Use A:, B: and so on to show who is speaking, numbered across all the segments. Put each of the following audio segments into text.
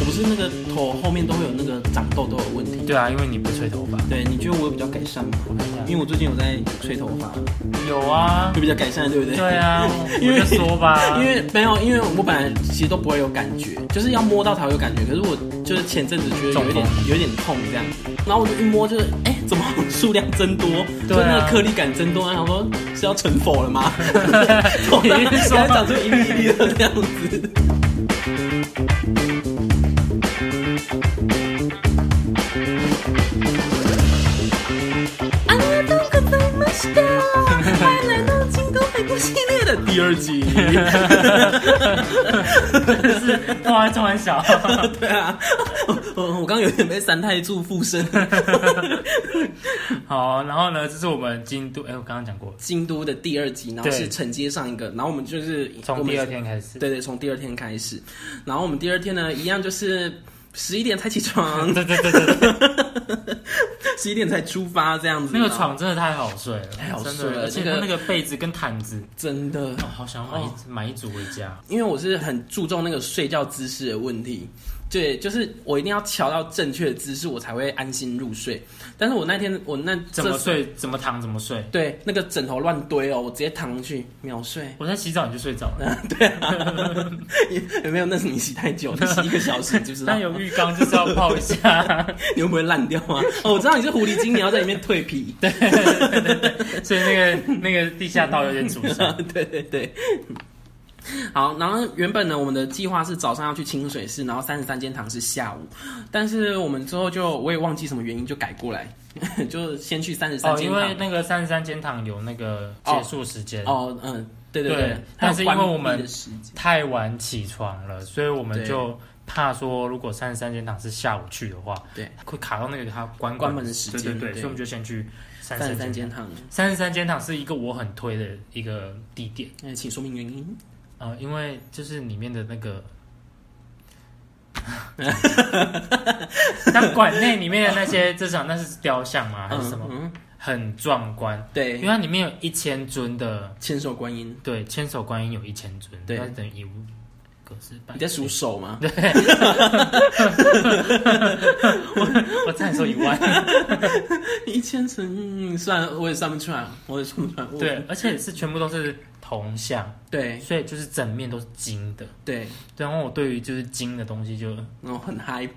A: 我不是那个头后面都会有那个长痘痘的问题。
B: 对啊，因为你不吹头发。
A: 对，你觉得我有比较改善吗？
B: 我看一下
A: 因为我最近有在吹头发，
B: 有啊
A: 有，比较改善，对不对？
B: 对 啊，
A: 因
B: 我
A: 为
B: 就说 吧，
A: 因为没有，因为我本来其实都不会有感觉，就是要摸到才会有感觉。可是我就是前阵子觉得有一点
B: 中
A: 有一点痛这样，然后我就一摸就是，哎、怎么数量增多？就
B: 对啊
A: 那个颗粒感增多，然后想说是要成否了 吗？ 啊从
B: 你
A: 来
B: 是说
A: 才长出一粒一粒的这样子。
C: ありがとうございました。欢迎来到京都回顾系列的。
A: 第二集，
B: 是哇，这么小，
A: 对啊，我我我刚刚有点被三太柱附身。
B: 好，然后呢，这是我们京都，哎、我刚刚讲过，
A: 京都的第二集，然后
B: 对
A: 是承接上一个，然后我们就是
B: 从第二天开始，
A: 对对，从第二天开始，然后我们第二天呢，一样就是十一点才起床，
B: 对对对 对对，
A: 十一点才出发这样子。
B: 那个
A: 然后
B: 床真的太好睡了，太
A: 好睡了
B: 而且
A: 那个
B: 它那个被子跟毯子，
A: 真的，
B: 哦，好想买一、买一组回家。
A: 因为我是很注重那个睡觉姿势的问题，对，就是我一定要调到正确的姿势，我才会安心入睡。但是我那天我那
B: 怎么
A: 这？
B: 睡？怎么躺？怎么睡？
A: 对，那个枕头乱堆哦，我直接躺上去秒睡。
B: 我在洗澡你就睡着 了，
A: 对啊， 有没有？那是你洗太久，你洗一个小时，你知不知道
B: 但？有浴缸就是要泡一 下，
A: 你会不会烂掉啊？哦，我知道你是狐狸精，你要在里面蜕 皮。
B: 所以那个那个地下道有点阻塞。
A: 对对对。好，然后原本呢，我们的计划是早上要去清水寺，然后三十三间堂是下午，但是我们之后就我也忘记什么原因就改过来， 就先去三十三
B: 哦，
A: 间
B: 因
A: 堂。
B: 为那个三十三间堂有那个结束时间，
A: 哦嗯，对对
B: 对但是因为
A: 它有关闭
B: 我们
A: 的时间
B: 太晚起床了，所以我们
A: 对
B: 就怕说，如果三十三间堂是下午去的话，
A: 对，
B: 会卡到那个它关
A: 关门的时间
B: 对对
A: 对
B: 对，所以我们就先去三
A: 三
B: 十
A: 十三
B: 三间
A: 间
B: 堂。
A: 堂，
B: 三十三间堂是一个我很推的一个地点
A: 嗯，请说明原因。
B: 啊、呃因为就是里面的那个。 它馆内里面的那些，至少那是雕像啊吗？还是什么？
A: 嗯，
B: 很壮观，因
A: 对，
B: 为它里面有一千尊的，
A: 千手观音，
B: 对，千手观音有一千尊，
A: 对
B: 那等于一个是百
A: 你在数手吗？
B: 我差点说一万，
A: 一千乘，嗯算了，我也算不出来，我也算不出来。我
B: 对，而且是全部都是铜像，
A: 对
B: 所以就是整面都是金的。
A: 对，
B: 对然后我对于就是金的东西就，
A: 然后很嗨，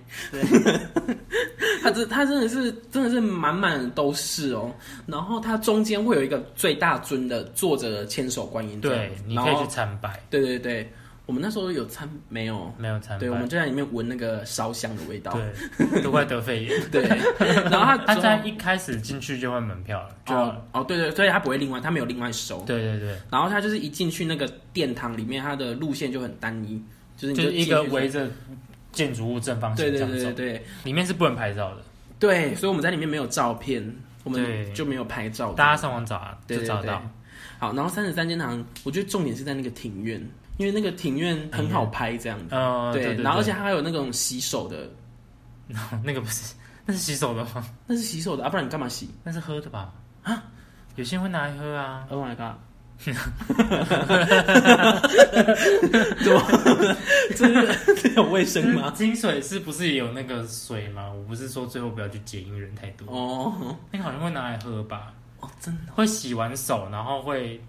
A: 他这他真的是真的是满满的都是哦，然后它中间会有一个最大尊的坐着的千手观音这样
B: 对，
A: 子，
B: 你
A: 然
B: 可以
A: 后
B: 去参拜，
A: 对对对，我们那时候有参没有？
B: 没有参
A: 哦
B: 拜，
A: 对，我们就在里面闻那个烧香的味道，
B: 对， 都快得肺炎。
A: 对， 然 后他
B: 他在一开始进去就换门票了，就要、
A: 哦哦对对，所以他不会另外，他没有另外收，
B: 对对对，
A: 然后他就是一进去那个殿堂里面，他的路线就很单一，就是你
B: 就是一
A: 进
B: 个
A: 去
B: 围着建筑物正方
A: 对
B: 形这
A: 对
B: 样
A: 对
B: 走
A: 对，对
B: 里面是不能拍照的，
A: 对，所以我们在里面没有照片，我
B: 对
A: 们就没有拍照，
B: 大家上网找啊，
A: 哦对
B: 就
A: 对
B: 找
A: 对
B: 到。
A: 好，然后三十三间堂，我觉得重点是在那个庭院，因为那个庭院很好拍这样子。
B: 呃，对对，
A: 然后而且它还有那种洗手的，
B: 那个不是，那是洗手的吗？
A: 那是洗手的啊，不然你干嘛洗
B: 那是喝的吧？啊，有些人会拿来喝啊。
A: ？Oh my god！对， 这是 这有卫生 吗？
B: 金水是不是也有那个水吗？我不是说最后不要去解，因为人太多。
A: 哦
B: 那个好像会拿来喝吧，
A: 哦，真的
B: 会洗完手然后会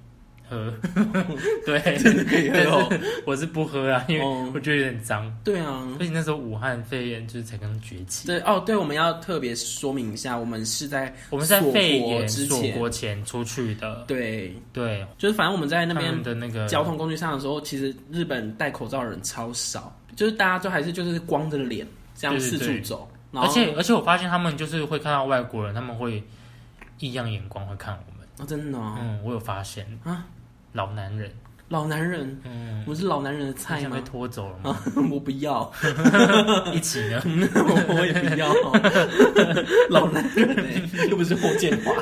B: 喝。 对，
A: 可以
B: 但
A: 喝哦。
B: 是我是不喝啊，因为
A: 哦
B: 我觉得有点脏。
A: 对啊，
B: 而且那时候武汉肺炎就是才刚崛起，
A: 对哦，对，我们要特别说明一下，我们是在
B: 我们在
A: 锁
B: 肺
A: 国
B: 炎
A: 之
B: 锁
A: 前
B: 国前出去的。
A: 对，
B: 对，
A: 就是反正我们在那
B: 他
A: 边
B: 们的那个
A: 交通工具上的时候，其实日本戴口罩的人超少，就是大家都还是就是光着脸这样
B: 对
A: 四
B: 对
A: 处
B: 对
A: 走，然
B: 而
A: 后
B: 且而且我发现他们就是会看到外国人，他们会异样眼光会看我们。
A: 哦真的哦、
B: 嗯，我有发现
A: 啊，
B: 老男人，
A: 老男人，
B: 嗯，
A: 我是老男人的
B: 你
A: 菜
B: 想被
A: 吗？
B: 拖走 了吗？
A: 我不要，
B: 一起呢？
A: 我我也不 要，老男人、欸、又不是霍建华。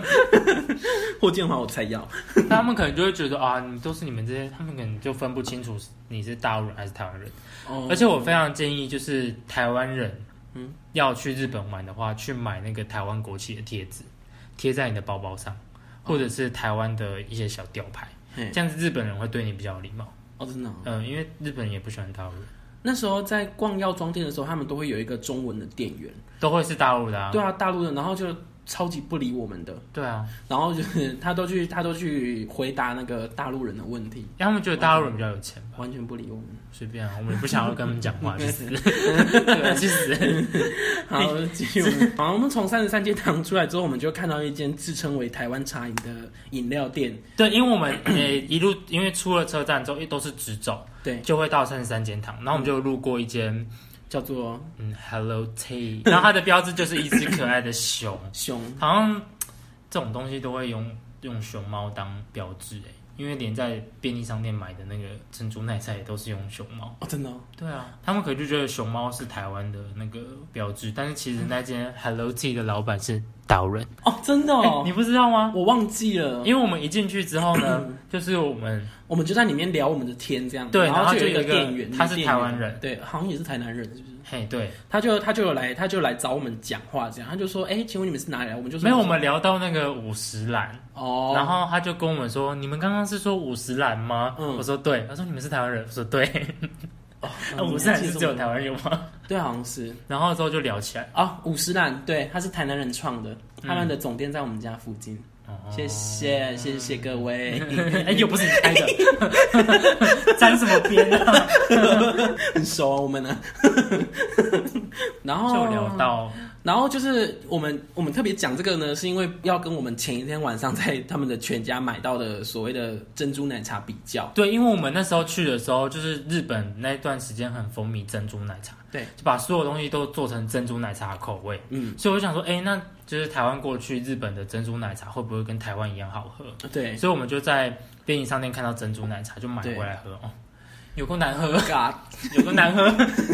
A: 霍建华我才要。
B: 那他们可能就会觉得啊，你都是你们这些，他们可能就分不清楚你是大陆人还是台湾人。
A: 哦
B: 而且我非常建议，就是台湾人，
A: 嗯
B: 嗯，要去日本玩的话，去买那个台湾国旗的贴纸，贴在你的包包上，或者是台湾的一些小吊牌，
A: 哦嘿
B: 这样子日本人会对你比较有礼貌。
A: 哦，真的哦、
B: 嗯、因为日本人也不喜欢大陆人，
A: 那时候在逛药妆店的时候，他们都会有一个中文的店员，
B: 都会是大陆的啊。
A: 对啊，大陆人，然后就超级不理我们的，
B: 对啊，
A: 然后就是 他都去他都去回答那个大陆人的问题，
B: 因为他们觉得大陆人比较有钱吧，
A: 完全不理我们。
B: 随便啊，我们也不想要跟他们讲 话，去死，对啊去死。
A: 好，继续我们。好，我们从三十三街堂出来之后，我们就看到一间自称为台湾茶饮的饮料店。
B: 对，因为我们呃一路因为出了车站之后，都是直走，
A: 对，
B: 就会到三十三间堂，然后我们就路过一间
A: 叫做
B: 嗯 Hello Tea，然后它的标志就是一只可爱的熊，
A: 熊，
B: 好像这种东西都会用用熊猫当标志哎、因为连在便利商店买的那个珍珠奶茶也都是用熊猫。
A: 哦，真的、哦，
B: 对啊，他们可能就觉得熊猫是台湾的那个标志，但是其实那间 Hello Tea 的老板是岛人、
A: 哦，真的
B: 哎
A: 哦，
B: 你不知道吗？
A: 我忘记了，
B: 因为我们一进去之后 呢，就是我们
A: 我们就在里面聊我们的天这样，
B: 对
A: 然后
B: 然后
A: 有
B: 就
A: 一
B: 有一个
A: 店员，
B: 他是
A: 店员
B: 台湾人，
A: 对，好像也是台南人，是不是？
B: 嘿对，
A: 他就他就有来，他就来找我们讲话，这样，他就说，哎、请问你们是哪里来？我们就说
B: 没有我们聊到那个五十岚，
A: 哦，
B: 然后他就跟我们说：“你们刚刚是说五十岚吗？”
A: 嗯
B: 我说：“对。”他说：“你们是台湾人？”我说：“ 对。
A: 哦
B: 那 五十岚是只有台湾人吗
A: 对，好像是？”
B: 然后之后就聊起来。
A: 啊，五十岚，对，他是台南人创的，他们的总店在我们家附近。
B: 嗯
A: 谢
B: 哦
A: 谢谢谢各 位，
B: 哎，又不是你开的， 沾什么边啊？
A: 很熟啊，我们呢。 然后
B: 就聊到
A: 然后就是我们我们特别讲这个呢，是因为要跟我们前一天晚上在他们的全家买到的所谓的珍珠奶茶比较。
B: 对，因为我们那时候去的时候，就是日本那段时间很风靡珍珠奶茶，
A: 对，
B: 就把所有东西都做成珍珠奶茶的口味。
A: 嗯，
B: 所以我就想说，哎，那就是台湾过去日本的珍珠奶茶会不会跟台湾一样好喝？
A: 对，
B: 所以我们就在便利商店看到珍珠奶茶，就买回来喝哦，有够难 喝，
A: 嘎，
B: 有够难喝，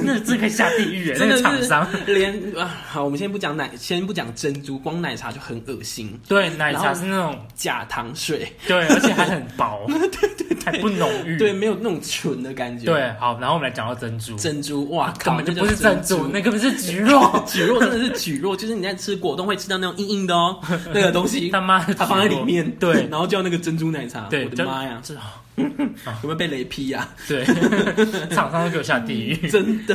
B: 那这可以下地狱耶！欸那
A: 真的
B: 个
A: 是
B: 厂商，
A: 连啊，好，我们先不讲奶，先不讲珍珠，光奶茶就很恶心，
B: 对，奶
A: 然
B: 茶
A: 后
B: 是那种
A: 假糖水，
B: 对，而且还很 薄，对对还不浓郁，
A: 对，没有那种纯的感觉。，
B: 嗯对好，然后我们来讲到珍珠，
A: 珍珠，哇
B: 根
A: 靠，
B: 本就
A: 那
B: 不是
A: 叫，
B: 珍珠，那根本是橘肉
A: 蒟蒻真的是蒟蒻，就是你在吃果冻会吃到那种硬硬的哦，那个东 西
B: 他妈的，
A: 它放在里，面，
B: 对
A: 然后叫那个珍珠奶茶，
B: 对
A: 我的妈呀，
B: 这
A: 有没有被雷劈 呀、
B: 对，厂商都给我下地狱，
A: 真的。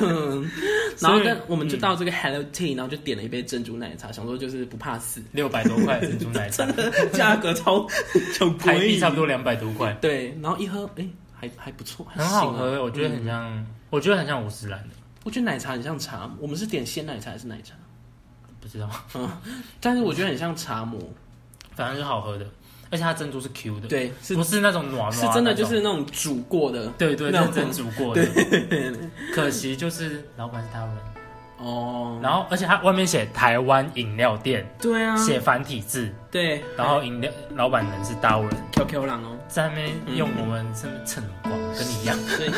A: 然后
B: 所以嗯
A: 但我们就到这个 Hello Tea，然后就点了一杯珍珠奶茶，想说就是不怕死，
B: 六百多块珍珠奶茶，
A: 价格 超超
B: 台币
A: 贵
B: 差，不多两百多块，
A: 对，然后一喝，哎、还还不错，还
B: 很好
A: 行啊
B: 喝，我觉得很像，我觉得很像五十岚的，
A: 我觉得奶茶很像茶，我们是点鲜奶茶还是奶茶？
B: 不知道。
A: 但是我觉得很像茶模，
B: 反正是好喝的，而且它珍珠是 Q 的，，
A: 对，是
B: 不是那种软软，
A: 是真的就是那种煮过的，
B: 对对，
A: 那
B: 认
A: 种
B: 真煮过的。可惜就是老板是台湾人，
A: 哦，
B: 然后而且它外面写台湾饮料店，
A: 对啊，
B: 写繁体字，
A: 对，
B: 然后饮料老板人是大陆人，
A: QQ 狼哦，
B: 在那边用我们这么蹭光，跟你一样。
A: 所 以，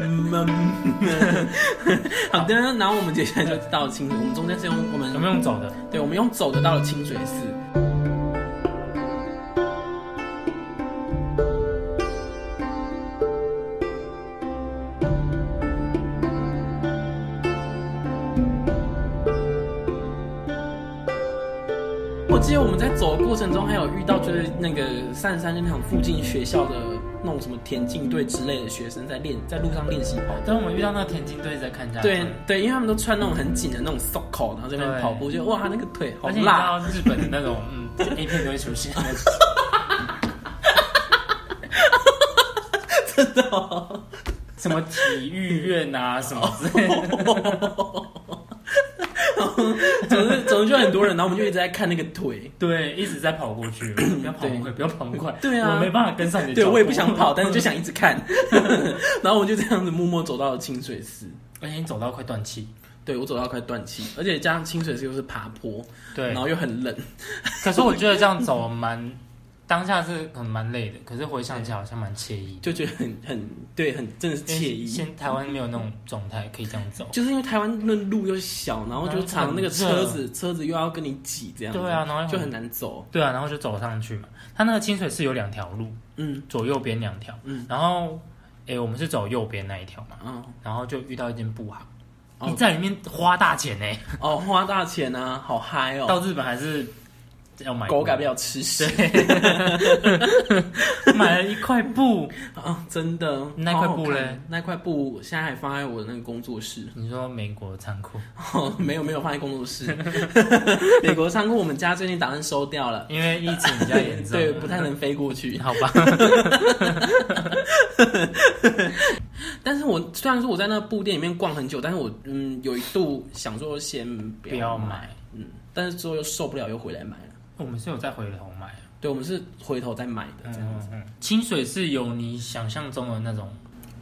A: 嗯 好的，然后我们接下来就到清水，我们中间是用我
B: 有
A: 们
B: 没有用走的？
A: 对，我们用走的到了清水寺。我记得我们在走的过程中，还有遇到就是那个三十三那场附近学校的那种什么田径队之类的学生在练，在路上练习跑。
B: 但我们遇到那个田径队在看家长，
A: 对对，因为他们都穿那种很紧的那种 s o c o 然后在那边
B: 啊对
A: 跑步，就哇那个腿好
B: 而且你知
A: 辣。
B: 道日本的那种嗯 A 片都会出现，
A: 真的、哦，
B: 什么体育院啊什么之类的，
A: 总之总之就很多人，然后我们就一直在看那个腿。
B: 对，一直在跑过去，不要跑那么快，不要跑那么快，
A: 对啊
B: 我没办法跟上你的
A: 对，
B: 脚步
A: 我也不想跑，但是就想一直看。 然后我就这样子默默走到了清水寺，
B: 而且你走到快断气。
A: 对我走到快断气，而且加上清水寺又是爬坡，
B: 对
A: 然，后又很冷，
B: 可是我觉得这样走蛮当下是很蛮累的，可是回想起来好像蛮惬意的。
A: 就觉得很很对，很真的是惬
B: 因为
A: 意。
B: 现台湾没有那种状态可以这样走。
A: 就是因为台湾那路又小，然后就常那个车子车子又要跟你挤这样子，
B: 啊对啊，然后又
A: 就很难走。
B: 对啊，然后就走上去嘛。它那个清水是有两条路，
A: 嗯
B: 左右边两条。
A: 嗯
B: 然后，诶，我们是走右边那一条嘛，
A: 啊
B: 然后就遇到一间布行，
A: 哦
B: 你在里面花大钱呢，
A: 哦，花大钱啊，好嗨哦！
B: 到日本还是要买
A: 狗改不
B: 布
A: 了吃屎
B: 买了一块布，
A: 啊，真的。
B: 那块布
A: 好好看
B: 嘞？
A: 那块布现在还放在我的那个工作室。
B: 你说美国仓库，
A: 哦， 没有没有放在工作室。 美国仓库我们家最近打算收掉了，
B: 因为疫情比 较严重，
A: 对，不太能飞过去。
B: 好吧？
A: 但是我虽然说我在那布店里面逛很久，但是我嗯有一度想说先不
B: 不要
A: 买，
B: 买，
A: 嗯，但是之后又受不了，又回来买了。
B: 我们是有再回头买。
A: 对，我们是回头再买的，这样子、
B: 嗯嗯，清水是有你想象中的那种，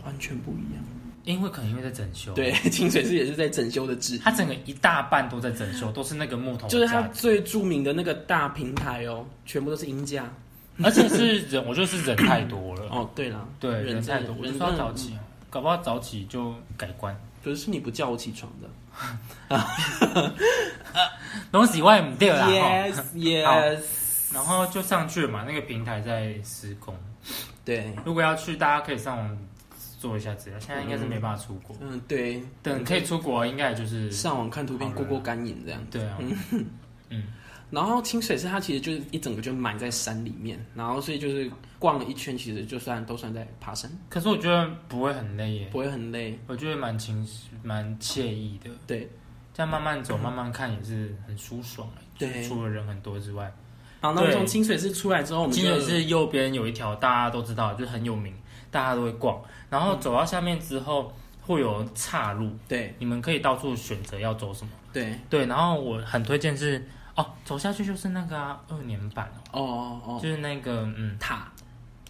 A: 完全不一样。
B: 因为可能因为在整修，
A: 对，， 清水寺也是在整修的之一，
B: 它整个一大半都在整修，都是那个木头
A: 就是它
B: 架子，
A: 最著名的那个大平台哦，全部都是音架。
B: 而且是人，我觉得是人太多了，
A: 哦，对了，
B: 对，
A: 人
B: 人
A: 真
B: 太
A: 的
B: 多，我嗯就
A: 人
B: 说要
A: 真的
B: 早起，搞不好早起就改观。
A: 可是是你不叫我起床的。
B: 拢是我唔对啦，啊哦吼
A: Yes, yes，
B: 然后就上去了嘛，那个平台在施工。
A: 对，
B: 如果要去，大家可以上网做一下资料。现在应该是没办法出国，
A: 嗯，对，
B: 等可以出国，应该也就是
A: 上网看图片
B: 好
A: 过
B: 了
A: 过干瘾这样。
B: 对啊，
A: 然后清水寺它其实就是一整个就埋在山里面，然后所以就是逛了一圈，其实就算都算在爬山，
B: 可是我觉得不会很累耶，
A: 不会很累。
B: 我觉得蛮轻蛮惬意的。
A: 对，
B: 这样慢慢走，慢慢看也是很舒爽耶
A: 对
B: 除了人很多之外，
A: 好，那我们
B: 对
A: 从清水寺出来之后，我们
B: 清
A: 就
B: 水寺右边有一条大家都知道，就是很有名，大家都会逛。然
A: 嗯
B: 后走到下面之后会有岔路，
A: 对
B: 你们可以到处选择要走什么。
A: 对
B: 对，然后我很推荐是哦，走下去就是那个啊二年版
A: 哦
B: 哦，
A: 哦哦，
B: 就是那个嗯，
A: 塔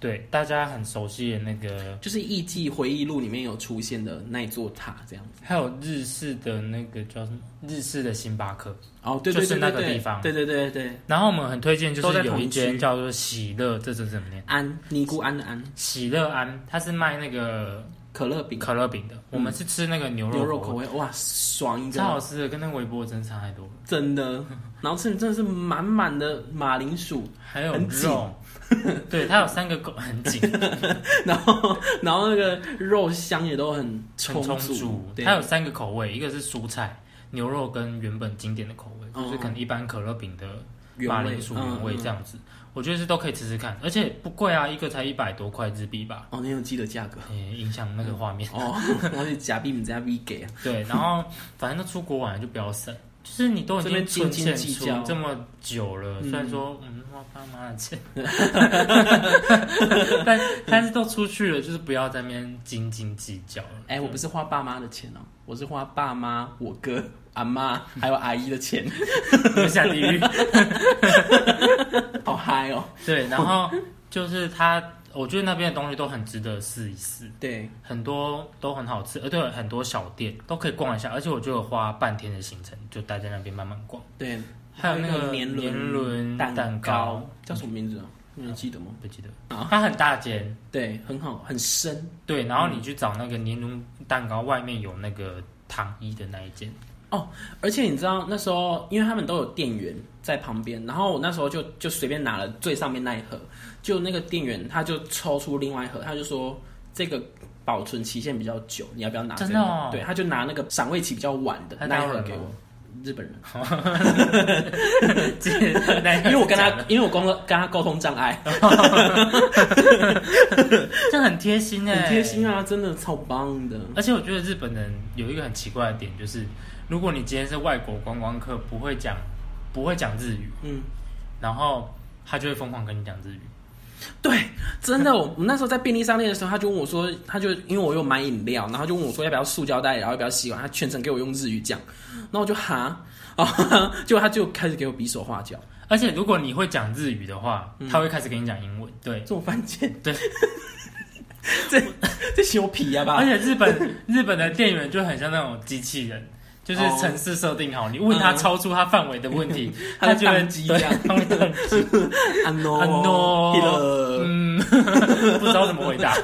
B: 对，大家很熟悉的那个，
A: 就是《艺伎回忆录》里面有出现的那一座塔这样子。
B: 还有日式的那个叫什么日式的星巴克。
A: 哦，对对
B: 就是
A: 对
B: 那
A: 对
B: 个
A: 对
B: 地方
A: 对对对对，
B: 然后我们很推荐，就
A: 都在
B: 是有
A: 同
B: 一
A: 一
B: 间
A: 区
B: 叫做喜乐，这是怎么念？
A: 安尼姑庵的庵，
B: 喜乐庵，它是卖那个
A: 可乐饼
B: 可乐饼的。我们是吃那个牛
A: 嗯牛
B: 肉
A: 肉口味，哇，爽一
B: 超好
A: 个，
B: 吃的，跟那个微波真的差太多了。
A: 真的。然后吃真的是满满的马铃薯，
B: 还有
A: 很紧
B: 肉，对，它有三个狗很紧，
A: 然后 然后那个肉香也都很充
B: 很充
A: 足
B: 足，。
A: 对，
B: 它有三个口味，一个是蔬菜牛肉跟原本经典的口味，就是可能一般可乐饼的
A: 原
B: 马
A: 味
B: 铃薯原味
A: 嗯
B: 这。
A: 嗯
B: 样子，我觉得是都可以吃吃看，而且不贵啊，一个才一百多块日币 吧，
A: 哦，你有记得价格
B: 诶、影响那个画面。
A: 哦， 我是假币，你在 V 给啊。
B: 对，然后反正都出国玩了就不要省，就是你都已
A: 这边
B: 经存
A: 斤斤
B: 钱
A: 计
B: 出
A: 较
B: 这么久了，虽然
A: 嗯
B: 说嗯，我爸妈 的钱，但但是都出去了，就是不要在那边斤斤计较了。
A: 哎，我不是花爸妈的钱哦，我是花爸妈、我哥、阿妈还有阿姨的钱，
B: 不下地狱。
A: 好嗨哦。
B: 对，然后就是它，我觉得那边的东西都很值得试一试，
A: 对，
B: 很多都很好吃，而且有很多小店都可以逛一下，而且我就有花半天的行程，就待在那边慢慢逛。
A: 对，
B: 还有那个
A: 年轮
B: 年轮
A: 蛋
B: 蛋糕
A: 叫什么名字啊？你还记得吗？
B: 不记得
A: 啊，
B: 它很大间，
A: 对，很好，很深
B: 对，
A: 嗯
B: 然后你去找那个年轮蛋糕，外面有那个糖衣的那一间，
A: 哦。而且你知道那时候，因为他们都有店员在旁边，然后我那时候就就随便拿了最上面那一盒，就那个店员他就抽出另外一盒，他就说这个保存期限比较久，你要不要拿、这个
B: 真的哦
A: 对，他就拿那个赏味期比较晚的
B: 他
A: 那一
B: 当
A: 盒
B: 然
A: 给
B: 了
A: 我。日本人， 因为
B: 因
A: 我 跟他，因为我跟他跟他沟通障碍，
B: 这很贴心哎、
A: 很贴心啊，真的超棒的。
B: 而且我觉得日本人有一个很奇怪的点，就是如果你今天是外国观光客，不会讲不会讲日语，
A: 嗯，
B: 然后他就会疯狂跟你讲日语。
A: 对，真的，我我那时候在便利商店的时候，他就问我说，他就因为我有买饮料，然后他就问我说要不要塑胶袋，然后要不要吸管，他全程给我用日语讲，然后我就哈， 啊，结果他就开始给我比手画脚，
B: 而且如果你会讲日语的话，
A: 嗯
B: 他会开始跟你讲英文。对，
A: 这种犯贱，
B: 对，
A: 这这修皮呀、
B: 而
A: 啊吧？哎
B: 且日本日本的店员就很像那种机器人，就是
A: 哦
B: 层次设定好，你问他
A: 嗯
B: 超出他范围的问题，
A: 他
B: 就
A: 就
B: 会
A: 宕机
B: 对
A: 这样
B: 他会宕机
A: 啊 no
B: 啊 no，
A: 了
B: 嗯，不知道怎么回答。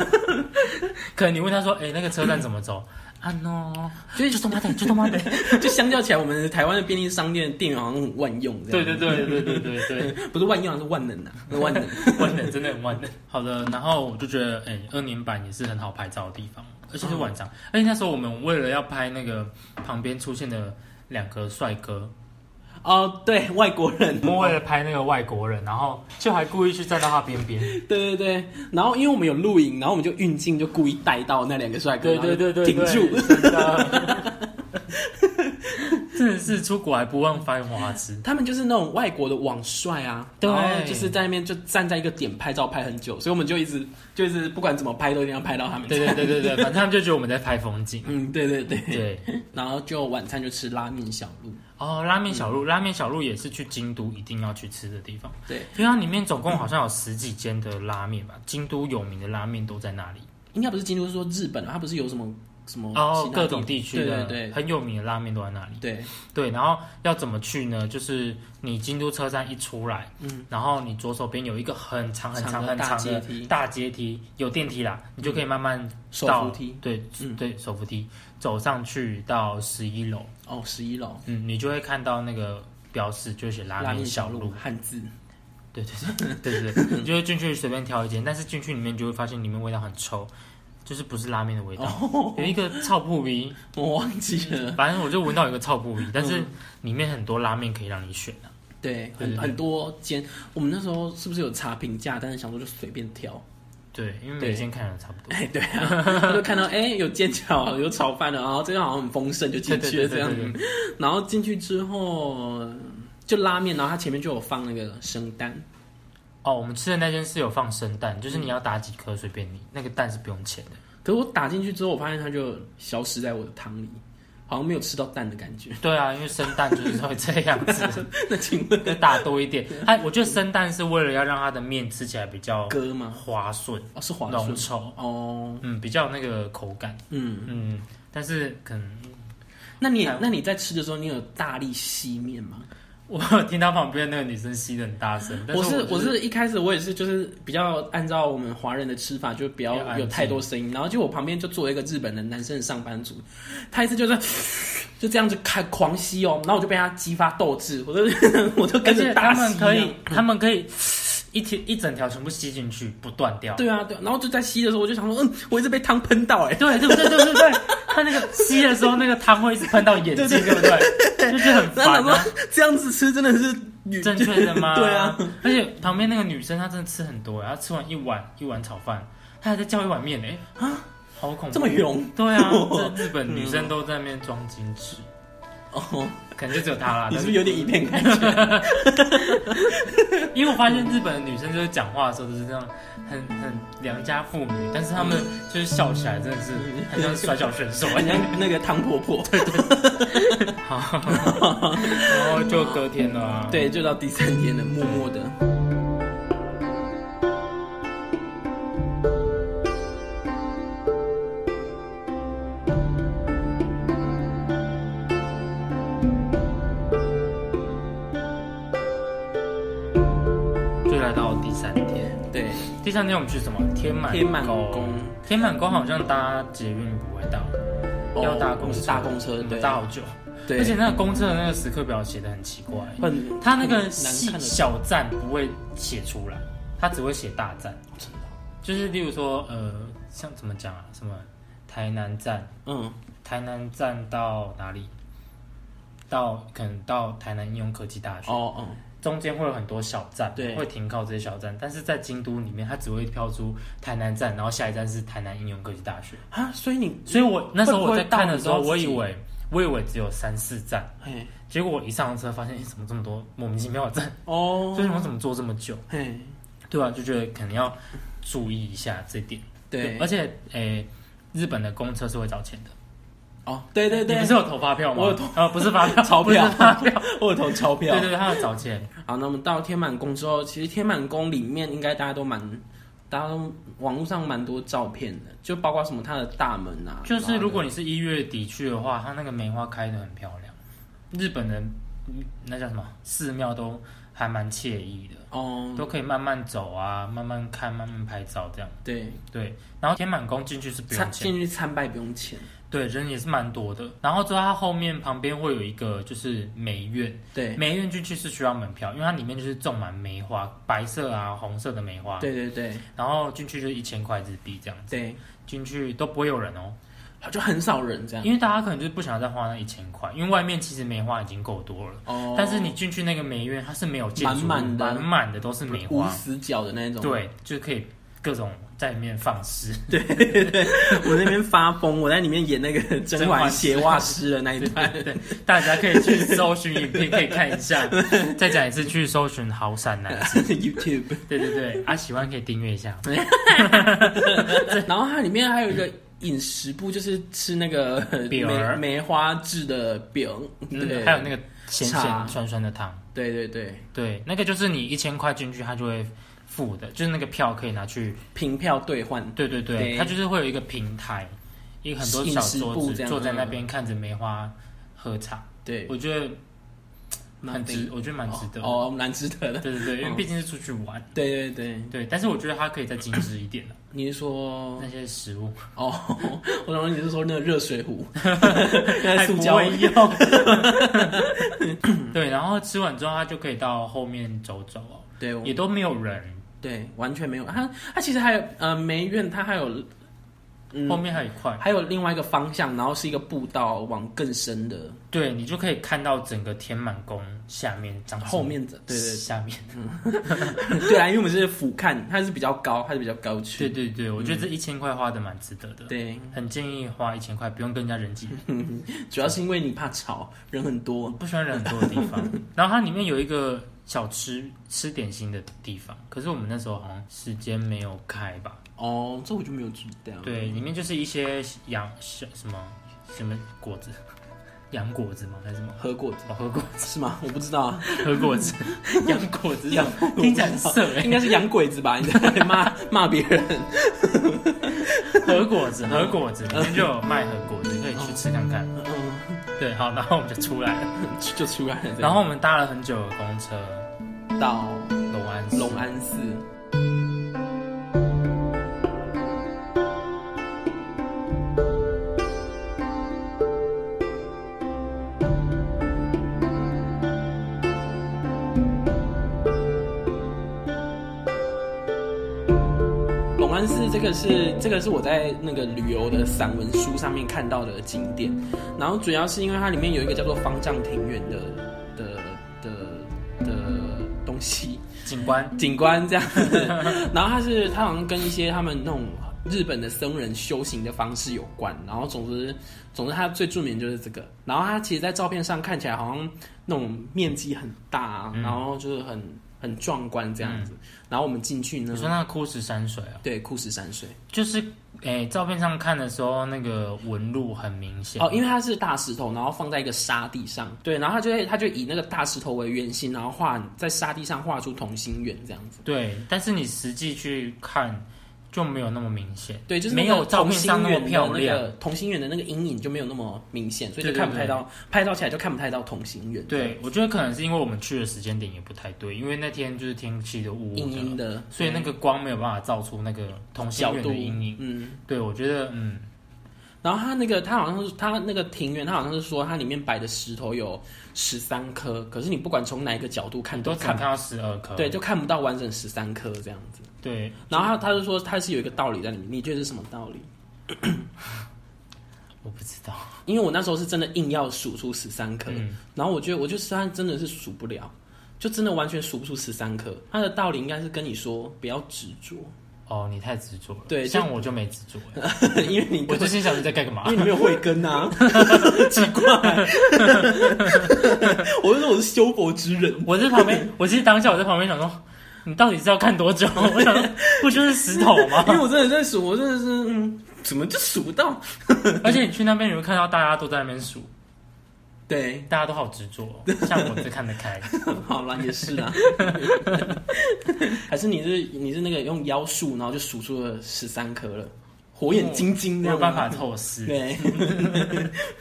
B: 可能你问他说：“哎、那个车站怎么走？”啊 no，
A: 就是
B: 就东马得，就东马得。
A: 就相较起来，我们台湾的便利商店店员好像很万用，这
B: 对
A: 样
B: 对对对对对对，
A: 不是万用，是万能啊，是万 能。
B: 万能真的很万能。好了，然后我就觉得，哎、二年版也是很好拍照的地方，而且是晚上。而且那时候我们为了要拍那个旁边出现的两个帅哥，
A: 哦，对，外国人，
B: 我们为了拍那个外国人，然后就还故意去站到他边边。
A: 对对对。然后因为我们有露营，然后我们就运镜就故意带到那两个帅哥，
B: 对对对对，
A: 然后就挺住。
B: 真的，真的是出国还不忘翻花枝。
A: 他们就是那种外国的网帅啊，
B: 对
A: 然后就是在那边就站在一个点拍照拍很久，所以我们就一直就是不管怎么拍都一定要拍到他们。
B: 对对对对对，反正他们就觉得我们在拍风景。
A: 嗯，对对对。
B: 对，
A: 然后就晚餐就吃拉面小路，
B: 哦，拉面小路，拉面小路也是去京都一定要去吃的地方，
A: 嗯对，
B: 因为它里面总共好像有十几间的拉面吧，京都有名的拉面都在那里。
A: 应该不是京都，是说日本，啊它不是有什么什么
B: 哦，
A: 其他
B: 各种地区的
A: 对对
B: 很有名的拉面都在那里。
A: 对对，
B: 对，然后要怎么去呢？就是你京都车站一出来，嗯，然后你左手边有一个很长很长
A: 长的
B: 很
A: 大
B: 长的
A: 阶梯嗯
B: 大阶梯，有电梯啦，你就可以慢慢
A: 手
B: 到
A: 扶梯
B: 对，
A: 嗯
B: 对，手扶梯走上去到十一楼，
A: 哦，十一楼
B: 嗯，你就会看到那个标识，就写拉面小路，
A: 汉字，
B: 对对对对 对对，你就会进去随便挑一间，但是进去里面就会发现里面味道很臭，就是不是拉面的味道，
A: 哦
B: 有一个臭扑鼻，
A: 我忘记了，
B: 反正我就闻到有一个臭扑 鼻，但
A: 嗯
B: 是里面很多拉面可以让你选啊，
A: 对，
B: 对对
A: 很很多间，我们那时候是不是有查评价？但是想说就随便 挑，
B: 对，因为
A: 对
B: 每间看的差不多，
A: 哎，对啊，就看到哎有煎饺，有炒饭的，然后这个好像很丰盛，就
B: 对
A: 进
B: 对
A: 去了
B: 对
A: 这
B: 对
A: 样。
B: 对，对
A: 然后进去之后就拉面，然后它前面就有放那个生蛋，
B: 哦，我们吃的那间是有放生蛋，就是
A: 嗯
B: 你要打几颗随便你，那个蛋是不用钱的，
A: 可是我打进去之后，我发现它就消失在我的汤里，好像没有吃到蛋的感觉。
B: 对啊，因为生蛋就是会这样子，
A: 那请问
B: 再打多一点，它我觉得生蛋是为了要让它的面吃起来比较
A: 哥吗？
B: 滑顺。
A: 哦，是华
B: 嗯浓
A: 顺
B: 稠，
A: 哦，
B: 嗯，比较有那个口感，
A: 嗯，
B: 嗯，但是可能
A: 那你那你在吃的时候，你有大力吸面吗？
B: 我有听到旁边那个女生吸的很大声，但
A: 我是
B: 是
A: 我
B: 就是
A: 一开始我也是就是比较按照我们华人的吃法，就不
B: 比较安
A: 要有
B: 静
A: 太多声音。然后就我旁边就坐一个日本的男生的上班族，他一次就是 就这样子开狂吸哦，然后我就被他激发斗志，我就 我就
B: 而
A: 跟
B: 且
A: 着大
B: 他们
A: 吸啊
B: 可
A: 一
B: 以
A: 样。，
B: 他们可以一天一整条全部吸进去，不断掉。
A: 对啊，对啊，然后就在吸的时候，我就想说，嗯，我一直被汤喷到哎、
B: 对对对对对对，他那个吸的时候，那个汤会一直喷到眼
A: 对
B: 睛，对不对？就是很
A: 然后
B: 烦
A: 想说
B: 啊。
A: 这样子吃真的是女
B: 正确的吗？
A: 对啊，，
B: 而且旁边那个女生她真的吃很多，欸她吃完一碗一碗炒饭，她还在叫一碗面呢、啊，好恐怖！
A: 这么勇
B: 对 啊，这日本女生都在那边装矜持，
A: 哦，
B: 可能就只有她啦。
A: 你是不是
B: 啊但
A: 有点以偏概全？
B: 因为我发现日本的女生就是讲话的时候都是这样，很很良家妇女，但是她们就是笑起来真的是很像摔跤选 手。
A: 很像那个汤婆婆。
B: 好，然后就隔天了啊。
A: 对，就到第三天了，默默的。
B: 就来到第三天。
A: 对，
B: 第三天我们去什么？天满
A: 天满宫。
B: 天满宫好像搭捷运不会到，要搭公
A: 哦
B: 车。
A: 搭公车，对，
B: 搭好久。
A: 对，
B: 而且那个公车的那个时刻表写的很奇怪，
A: 很
B: 它那个
A: 很难
B: 细
A: 看的
B: 小站不会写出来，它只会写大站。就是例如说，呃，像怎么讲啊？什么台南站，
A: 嗯，
B: 台南站到哪里？到可能到台南应用科技大学，
A: 哦哦，
B: 中间会有很多小站，
A: 对
B: 会停靠这些小站。但是在京都里面，它只会飘出台南站，然后下一站是台南应用科技大学。
A: 啊，所以你，
B: 所以我那时候
A: 会不
B: 我
A: 会
B: 在看
A: 到
B: 的时候，
A: 你知道
B: 我
A: 自
B: 以
A: 己
B: 为我以为只有三四站，
A: 嘿，
B: 结果我一上车发现，诶怎么这么多莫名其妙的站？
A: 哦
B: 所以，我怎么坐这么久？
A: 嘿，
B: 对吧、就觉得可能要注意一下这点。
A: 对
B: 而，且诶、日本的公车是会找钱的。
A: 哦，对对
B: 你
A: 对
B: 不是，有投发票吗？
A: 我有投
B: 啊，不是发 票，
A: 钞票
B: 不是发票。
A: 我有投钞票
B: 对。对对，他要找钱。
A: 好，那我们到天满宫之后，其实天满宫里面应该大家都蛮大家都网络上蛮多照片的，就包括什么它的大门啊，
B: 就是如果
A: 你
B: 你是一月底去的话，它那个梅花开得很漂亮，日本的嗯那叫什么寺庙都还蛮惬意的，
A: 哦，
B: 都可以慢慢走啊，慢慢看，慢慢拍照这样。
A: 对，
B: 对，然后天满宫进去是不
A: 参
B: 用钱
A: 进，去参拜不用钱，
B: 对，人也是蛮多的。然后之后它后面旁边会有一个就是梅苑，
A: 对，
B: 梅苑进去是需要门票，因为它里面就是种满梅花，白色啊、红色的梅花。，
A: 对对对
B: 然后进去就一千块日币这样，
A: 对，
B: 进去都不会有人哦，
A: 就很少人这样，
B: 因为大家可能就是不想再花那一千块，因为外面其实梅花已经够多了。
A: 哦，
B: 但是你进去那个梅苑，它是没有建筑物，
A: 满满的
B: 满满的都是梅
A: 无
B: 花，
A: 死角的那种，
B: 对，就是可以各种在里面放肆。
A: 我那边发疯，我在里面演 那个甄
B: 甄
A: 嬛
B: 嬛
A: 鞋袜师的那一段，
B: 对，大家可以去搜寻影片，可以看一下。再讲一次，去搜寻好闪男
A: YouTube，
B: 对对对，啊，喜欢可以订阅一下。
A: 然后它里面还有一个饮食部，就是吃那 个呃
B: 饼
A: 梅
B: 儿
A: 梅花制的饼，对，
B: 嗯，还有那个咸
A: 茶
B: 咸酸酸的汤，
A: 对对对，
B: 对，那个就是你一千块进去，它就会付的，就是那个票可以拿去，
A: 凭票兑换，
B: 对对对，
A: 对
B: 它就是会有一个平台，一个很多
A: 饮
B: 小
A: 食部
B: 桌
A: 这
B: 子
A: 样
B: 坐在那
A: 嗯
B: 边看着梅花喝茶，
A: 对，
B: 我觉得
A: 蛮
B: 很值，我觉得蛮值得的。
A: 哦，蛮值 得的，
B: 对对对，因为
A: 嗯
B: 毕竟是出去玩，
A: 对对对，
B: 对，但是我觉得它可以再精致一点了，
A: 你是说
B: 那些 食物。
A: 哦，我想你是说那个热水 壶，那个塑胶
B: 还不会用。 对，然后吃完之后，他就可以到后面走走哦，
A: 对我
B: 也都没有人。
A: 对，完全没有，它它其实还有呃梅苑，它还有嗯
B: 后面还有一块，
A: 还有另外一个方向，然后是一个步道往更深的
B: 对你就可以看到整个天满宫下面长什么
A: 后面的，对 对
B: 下面，
A: 对对啊，因为我们是俯瞰，它是比较高，它是比较高
B: 对
A: 区，
B: 对对，我觉得这一千块花的蛮值得的，
A: 对，
B: 很建议花一千块，不用跟人家人
A: 嗯
B: 挤人，
A: 主要是因为你怕吵，人很多，
B: 不喜欢人很多的地方。 然后它里面有一个小吃吃点心的地方，可是我们那时候好像时间没有开吧，
A: 哦，这我就没有知道，
B: 对，里面就是一些洋什什么什么果子， 洋果子吗？还是什么？
A: 喝过
B: 哦，喝果
A: 是吗？ 我不知道啊，
B: 喝果 子， 洋果子是什
A: 洋
B: 么， 听起来很色哎、
A: 应该是洋鬼子吧？你在骂 骂别人，
B: 和果子，和果子里面就有卖和果子，可以去吃看看。
A: 嗯，
B: 对，好，然后我们就出来了，
A: 就出来了。
B: 然后我们搭了很久的公车，
A: 到
B: 龙安寺
A: 龙，安寺，龙安寺这个是这个是我在那个旅游的散文书上面看到的景点，然后主要是因为它里面有一个叫做方丈庭院的的的的东西
B: 景观
A: 景观这样， 然后它是它好像跟一些他们那种日本的僧人修行的方式有关，然后总之总之它最著名就是这个，然后它其实，在照片上看起来好像那种面积很大，
B: 嗯
A: 然后就是很很壮观这样子，然后我们进去呢
B: 你，说那个枯石山水啊，
A: 对库什山水。
B: 就是诶、照片上看的时候，那个纹路很明显
A: 哦，因为它是大石头，然后放在一个沙地上，对，然后它就会它就以那个大石头为圆心，然后画在沙地上画出同心圆这样子。
B: 对，但是你实际去看就没有那么明显，
A: 对，就是那
B: 没
A: 个
B: 有照
A: 同
B: 片
A: 心
B: 上那
A: 圆
B: 么
A: 的
B: 漂
A: 那
B: 亮。
A: 个同心圆的那个阴影就没有那么明显，所以就
B: 对对
A: 看不太到，拍照起来就看不太到同心圆。
B: 对，我觉得可能是因为我们去的时间点也不太对，因为那天就是天气的雾雾
A: 阴阴
B: 的，
A: 的，
B: 所以那个光没有办法照出那个同心
A: 角
B: 圆
A: 度
B: 的阴影。
A: 嗯，
B: 对，我觉得嗯，
A: 然后它那个它好像是它那个庭院，它好像是说它里面摆的石头有十三颗，可是你不管从哪一个角度看
B: 你都只
A: 看
B: 能看到嗯十二颗。
A: 对就看不到完整十三颗这样子。
B: 对，
A: 然后他他就说他是有一个道理在里面，你觉得是什么道理？
B: 我不知道。
A: 因为我那时候是真的硬要数出十三颗，
B: 嗯，
A: 然后我觉得我就实际上真的是数不了，就真的完全数不出十三颗。他的道理应该是跟你说 不要执着，
B: 哦，你太执着了。
A: 对就
B: 像我就没执着欸，
A: 因为你
B: 我就心想你在干嘛
A: 因为？你没有慧根 啊，奇怪。 我就说我是修佛之人，
B: 我在旁边，我其实当下我在旁边想说，你到底是要看多久？ 我想说，不就是石头吗
A: 因？为我真的在数，我真的是嗯，怎么就数不到？
B: 而且你去那边，你会看到大家都在那边数，
A: 对，
B: 大家都好执着，哦像我最看得开。
A: 好啦，也是 啦。还是你是你是那个用妖术，然后就数出了十三颗了，火眼金睛
B: 没
A: 那
B: 有
A: 样
B: 办
A: 吗
B: 法透视。
A: 对，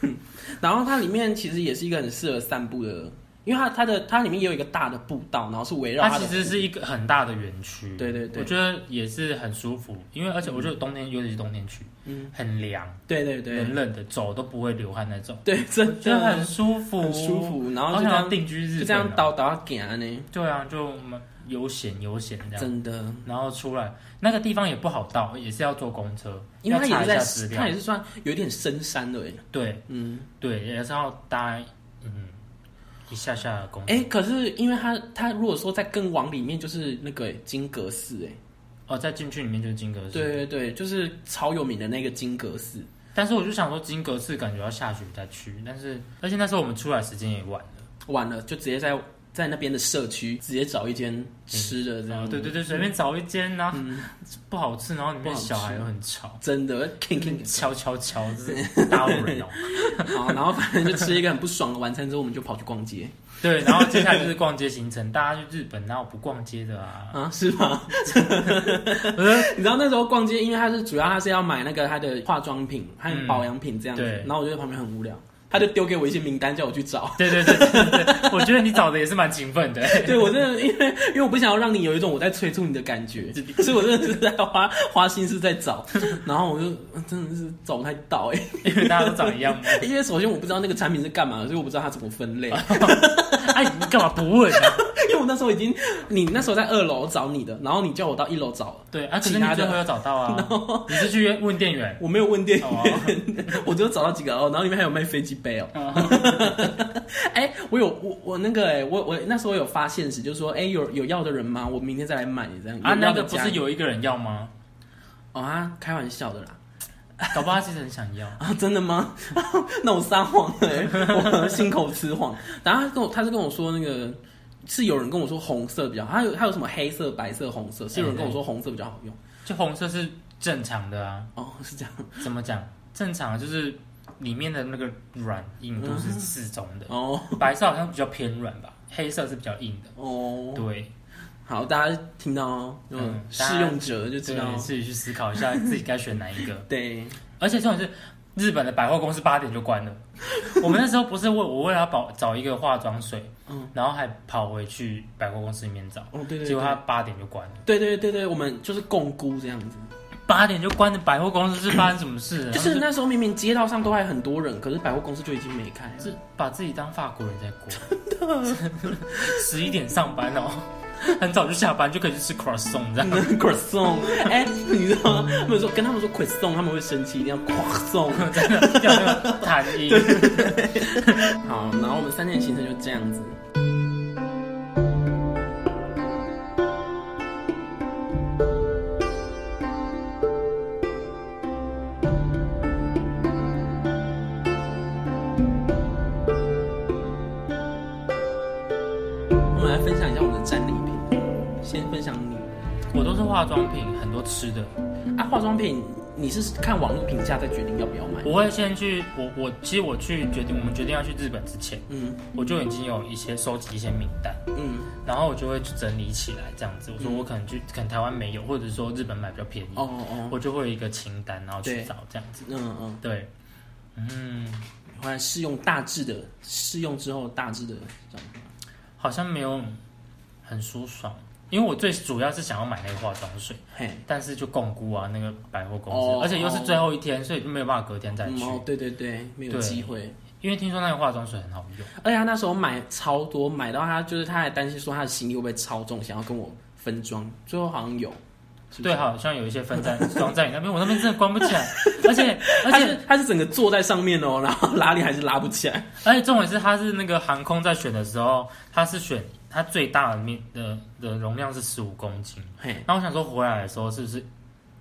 A: 嗯 然后它里面其实也是一个很适合散步的，因为它它的它里面也有一个大的步道，然后是围绕
B: 它
A: 的
B: 其实是一个很大的园区，
A: 对对对
B: 我觉得也是很舒服，因为而且我觉得冬天，尤其是冬天去，
A: 嗯，
B: 很凉，
A: 对对对
B: 冷冷的，走都不会流汗那种，
A: 对，嗯真
B: 就很
A: 的
B: 舒服，
A: 很舒。服，然后
B: 好
A: 就这
B: 想要
A: 样
B: 定居日
A: 就
B: 本，啊
A: 这样，倒倒行呢，
B: 对啊，就蛮悠闲悠闲这样。
A: 真的，
B: 然后出来那个地方也不好到，也是要坐公车，
A: 因为它
B: 要
A: 也
B: 查
A: 是
B: 一下资
A: 在
B: 料
A: 它也。是算有点深山的哎，
B: 对
A: 嗯，
B: 对，也是要搭嗯一下下的公车。
A: 哎、可是因为它它如果说再更往里面就是那个哎金阁寺哎，
B: 哦，在进去里面就是金阁寺。
A: 对对对，就是超有名的那个金阁寺，
B: 但是我就想说，金阁寺感觉要下雪再去，但是而且那时候我们出来时间也晚了，
A: 完了就直接在在那边的社区直接找一间吃的这
B: 然
A: 样，
B: 后嗯哦对对对，随便找一间，然后不好吃，然后里
A: 嗯不
B: 面
A: 好吃嗯
B: 小孩又很吵，
A: 真的 king king
B: 敲敲敲，就是打我人哦。
A: 好，然后反正就吃一个很不爽的晚餐之后，我们就跑去逛街
B: 对，然后接下来就是逛街行程，大家去日本哪有不逛街的啊？
A: 啊， 是吗？你知道那时候逛街，因为他是主要他是要买那个他的化妆品还有保养品这样子，
B: 嗯对
A: 然后我就在旁边很无聊，他就丢给我一些名单叫我去 找。
B: 对对对对对，我觉得你找的也是蛮勤奋的。
A: 对我真的，因为因为我不想要让你有一种我在催促你的感 觉，所以我真的是在花花心思在找，然后我就呃真的是找不太到哎、
B: 因为大家都长一样嘛。
A: 因为首先我不知道那个产品是干嘛的，所以我不知道它怎么分类。啊
B: 哎，你干嘛不问啊？
A: 因为我那时候已经，你那时候在二楼找你的，然后你叫我到一楼找，
B: 对，啊，可是你最后有找到啊？你是去问店员？
A: 我没有问店员，
B: 哦，
A: 我只有找到几个哦，然后里面还有卖飞机杯哦。
B: 哦
A: 哎、我有我我那个哎、我我那时候有发现时，就是说，哎、有有要的人吗？我明天再来买这样。
B: 啊，
A: 有要
B: 那
A: 的
B: 个不
A: 加
B: 是
A: 一
B: 有一个人要吗？
A: 哦啊，开玩笑的啦。
B: 搞不好他其实很想要。
A: 啊，真的吗？那我撒谎哎、我信口雌黄。然后他跟我，他是跟我说那个是有人跟我说红色比较好，他有他有什么黑色、白色、红色，是有人跟我说红色比较好用。
B: 就红色是正常的啊，
A: 哦，是这样。
B: 怎么讲？正常就是里面的那个软硬度是适中的，
A: 哦
B: 白色好像比较偏软吧，黑色是比较硬的。
A: 哦，
B: 对，
A: 好，大家听到哦，嗯
B: 嗯，
A: 试用者就知
B: 这
A: 道
B: 个。自己去思考一下自己该选哪一个。
A: 对，
B: 而且重点是，日本的百货公司八点就关了。我们那时候不是为我为了要保找一个化妆水，
A: 嗯
B: 然后还跑回去百货公司里面找，
A: 哦对对
B: 结果
A: 对
B: 它八点就关了。
A: 对对对对，我们就是共估这样子，
B: 八点就关的百货公司是发生什么事啊？
A: 就是那时候明明街道上都还很多人，可是百货公司就已经没开了。
B: 是把自己当法国人在过， 十一点上班哦，很早就下班就可以去吃 croissant，你知道吗？
A: croissant，哎、你知道吗？他们说跟他们说 croissant，他们会生气，一定要 croissant。
B: 真的要那个 弹音，
A: 好，然后我们三天的行程就这样子。我们来分享一下我们的战利品，先分享你
B: 我都是化妆品，很多吃的，
A: 啊，化妆品，你是看网络评价再决定要不要买？
B: 我会先去，我我其实我去决定，我们决定要去日本之前，
A: 嗯
B: 我就已经有一些收集一些名单，
A: 嗯
B: 然后我就会去整理起来，这样子，我说我可能去，可能台湾没有，或者说日本买比较便宜，
A: 哦哦，
B: 我就会有一个清单，然后
A: 对
B: 去找这样子，
A: 嗯嗯。
B: 对，嗯。
A: 我来试用大致的，试用之后大致的这样
B: 好像没有很舒爽，因为我最主要是想要买那个化妆水，
A: 嘿，
B: 但是就共估啊那个百货公司，
A: 哦
B: 而且又是最后一天，所以就没有办法隔天再
A: 嗯
B: 去。
A: 哦，对对对，没有
B: 对
A: 机会。
B: 因为听说那个化妆水很好用，
A: 而且他那时候买超多，买到他就是他还担心说他的行李会不会超重，想要跟我分装，最后好像有。是不是
B: 对，，好像有一些分站装在你那边，我那边真的关不 起来，而且而
A: 他
B: 且
A: 是他是整个坐在上面哦， 然后拉链还是拉不起来。
B: 而且重点是它是那个航空在选的时候，它是选它呃最大的面的的容量是十五公斤，
A: 嘿，
B: 然后我想说回来的时候是不是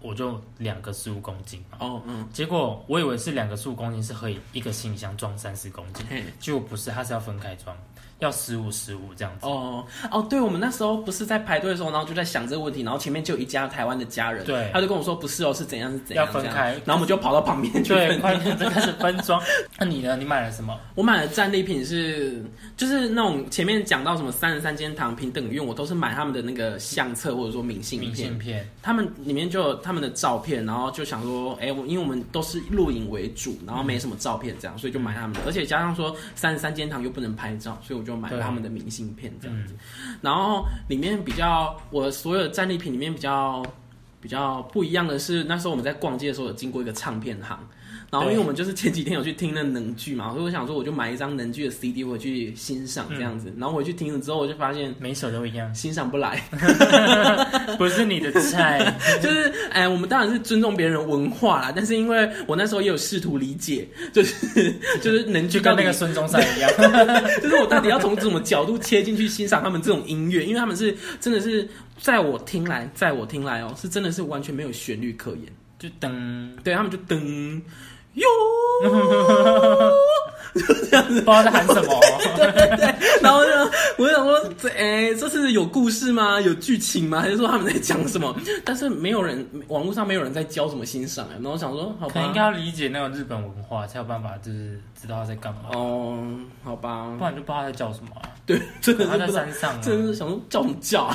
B: 我就两个十五公斤嘛，
A: 哦，嗯，
B: 结果我以为是两个十五公斤是可以一个行李箱装三十公斤，
A: 嘿，
B: 结果不是，它是要分开装，要十五十五这样子。
A: 哦哦，对，我们那时候不是在排队的时候，然后就在想这个问题，然后前面就有一家台湾的家人，
B: 对
A: 他就跟我说不是哦，是怎样是怎样
B: 要分
A: 这样
B: 开
A: 然后我们就跑到旁边去
B: 对，
A: 分
B: 快点，这开始分 装。那你呢？你买了什么？
A: 我买的战利品是，就是那种前面讲到什么三十三间堂平等院，我都是买他们的那个相册或者说明信
B: 明
A: 片
B: 信，片。
A: 他们里面就有他们的照片，然后就想说，哎、我因为我们都是录影为主，然后没什么照片这样，所以就买他们的，而且加上说三十三间堂又不能拍照，所以我就买了
B: 对
A: 他们的明信片这样子。然后里面比较，我所有的战利品里面比较比较不一样的是，那时候我们在逛街的时候有经过一个唱片行。然后，因为
B: 对
A: 我们就是前几天有去听那能剧嘛，所以我想说我就买一张能剧的 CD 回去欣赏这样子。然后回去听了之后，我就发现，
B: 每一首都一样
A: 欣赏不来，
B: 不是你的菜。
A: 就是，哎，我们当然是尊重别人的文化啦，但是因为我那时候也有试图理解，就是就是能去
B: 就跟
A: 到
B: 那
A: 底
B: 个，孙中山一样，
A: 就是我到底要从什么角度切进去欣赏他们这种音乐，因为他们是真的是在我听来，在我听来哦，是真的是完全没有旋律可言，
B: 就噔，
A: 对他们就噔 哟，
B: 不知道在喊什么。哦
A: 然后呢，我就想说，这哎，这是有故事吗？有剧情吗？还是说他们在讲什么？但是没有人，网络上没有人在教怎么欣赏、哎，然后我想说，好
B: 可能应
A: 吧
B: 该，要理解那种日本文化，才有办法就是知道他在干嘛，
A: 哦，好吧
B: 不，然就不知道他在叫什么啊。
A: 对，真的
B: 他
A: 是
B: 在
A: 不知道
B: 山上啊，
A: 真的是想说叫什么叫 啊？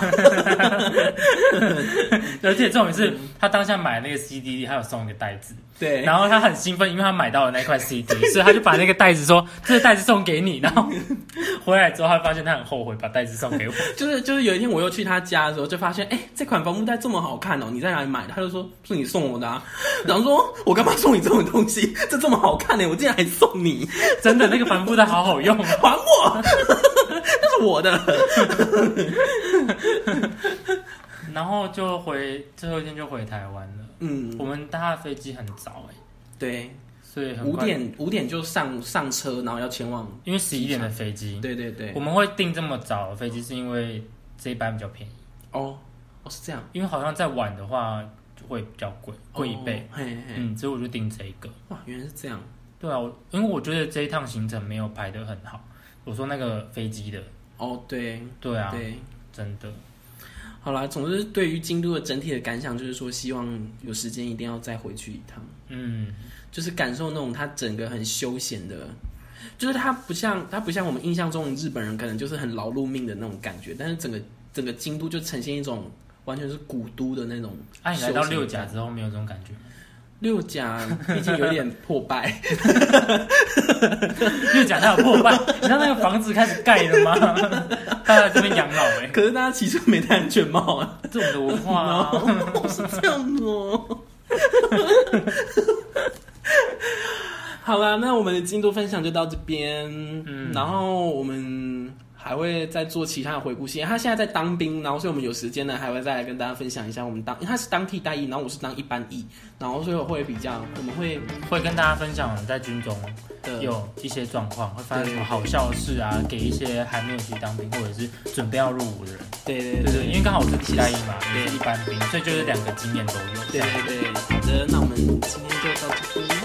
B: 而且重点是
A: 嗯
B: 他当下买那个 CD，还有送一个袋子，
A: 对，
B: 然
A: 后
B: 后他很兴奋，因为他买到了那块 CD，所以他就把那个袋 子说：“这个袋子送给你。”然后回来之后，他发现他很后悔把袋子送给我。
A: 就是就是有一天我又去他家的时候，就发现哎、这款帆布袋这么好看哦，你在哪里买的？他就说是你送我的、啊， 然后说我干嘛送你这种东西？这这么好看呢、我竟然还送你，
B: 真的，那个帆布袋好好用。啊
A: 还我， 那是我的。
B: 然后就回最后一天就回台湾了。
A: 嗯，
B: 我们搭的飞机很早哎、
A: 对，
B: 所以很
A: 五
B: 快，
A: 点五点就上上车，然后要前往。
B: 因为十一点的飞机，
A: 对对对
B: 我，们会订这么早的飞机，是因为这一班比较便宜，
A: 哦哦是这样，
B: 因为好像再晚的话就会比较贵，贵一倍。
A: 哦，嘿嘿嘿，
B: 嗯，所以我就订这一个。
A: 哇，原来是这样。
B: 对啊，我因为我觉得这一趟行程没有排得很好。我说那个飞机的，
A: 哦，对
B: 对啊，
A: 对，
B: 真的，
A: 好啦，总之对于京都的整体的感想就是说，希望有时间一定要再回去一趟，
B: 嗯，
A: 就是感受那种它整个很休闲的，就是它不像它不像我们印象中的日本人可能就是很劳碌命的那种感觉，但是整个整个京都就呈现一种完全是古都的那种休闲感。
B: 啊，你来到六甲之后没有这种感觉吗？
A: 六甲毕竟有点破败，
B: 六甲它有破败，你知道那个房子开始盖 了吗？大家在这边养老哎、
A: 可是大家骑车没戴安全帽啊，
B: 这种的文化、 啊。
A: 是这样子哦。好啦，那我们的进度分享就到这边，嗯，然后我们还会再做其他的回顾线。他现在在当兵，然后所以我们有时间呢，还会再来跟大家分享一下我们当，因为他是当替代役，然后我是当一般役，然后所以我会比较，我们会
B: 会跟大家分享我们在军中哦
A: 的
B: 有一些状况，会发生什么好笑的事啊，给一些还没有去当兵或者是准备要入伍的人。
A: 对对
B: 对
A: 对
B: 对，因为刚好我是替代役嘛，
A: 对
B: 也是一般兵，所以就是两个经验都有。
A: 对对对，好的，那我们今天就到这边。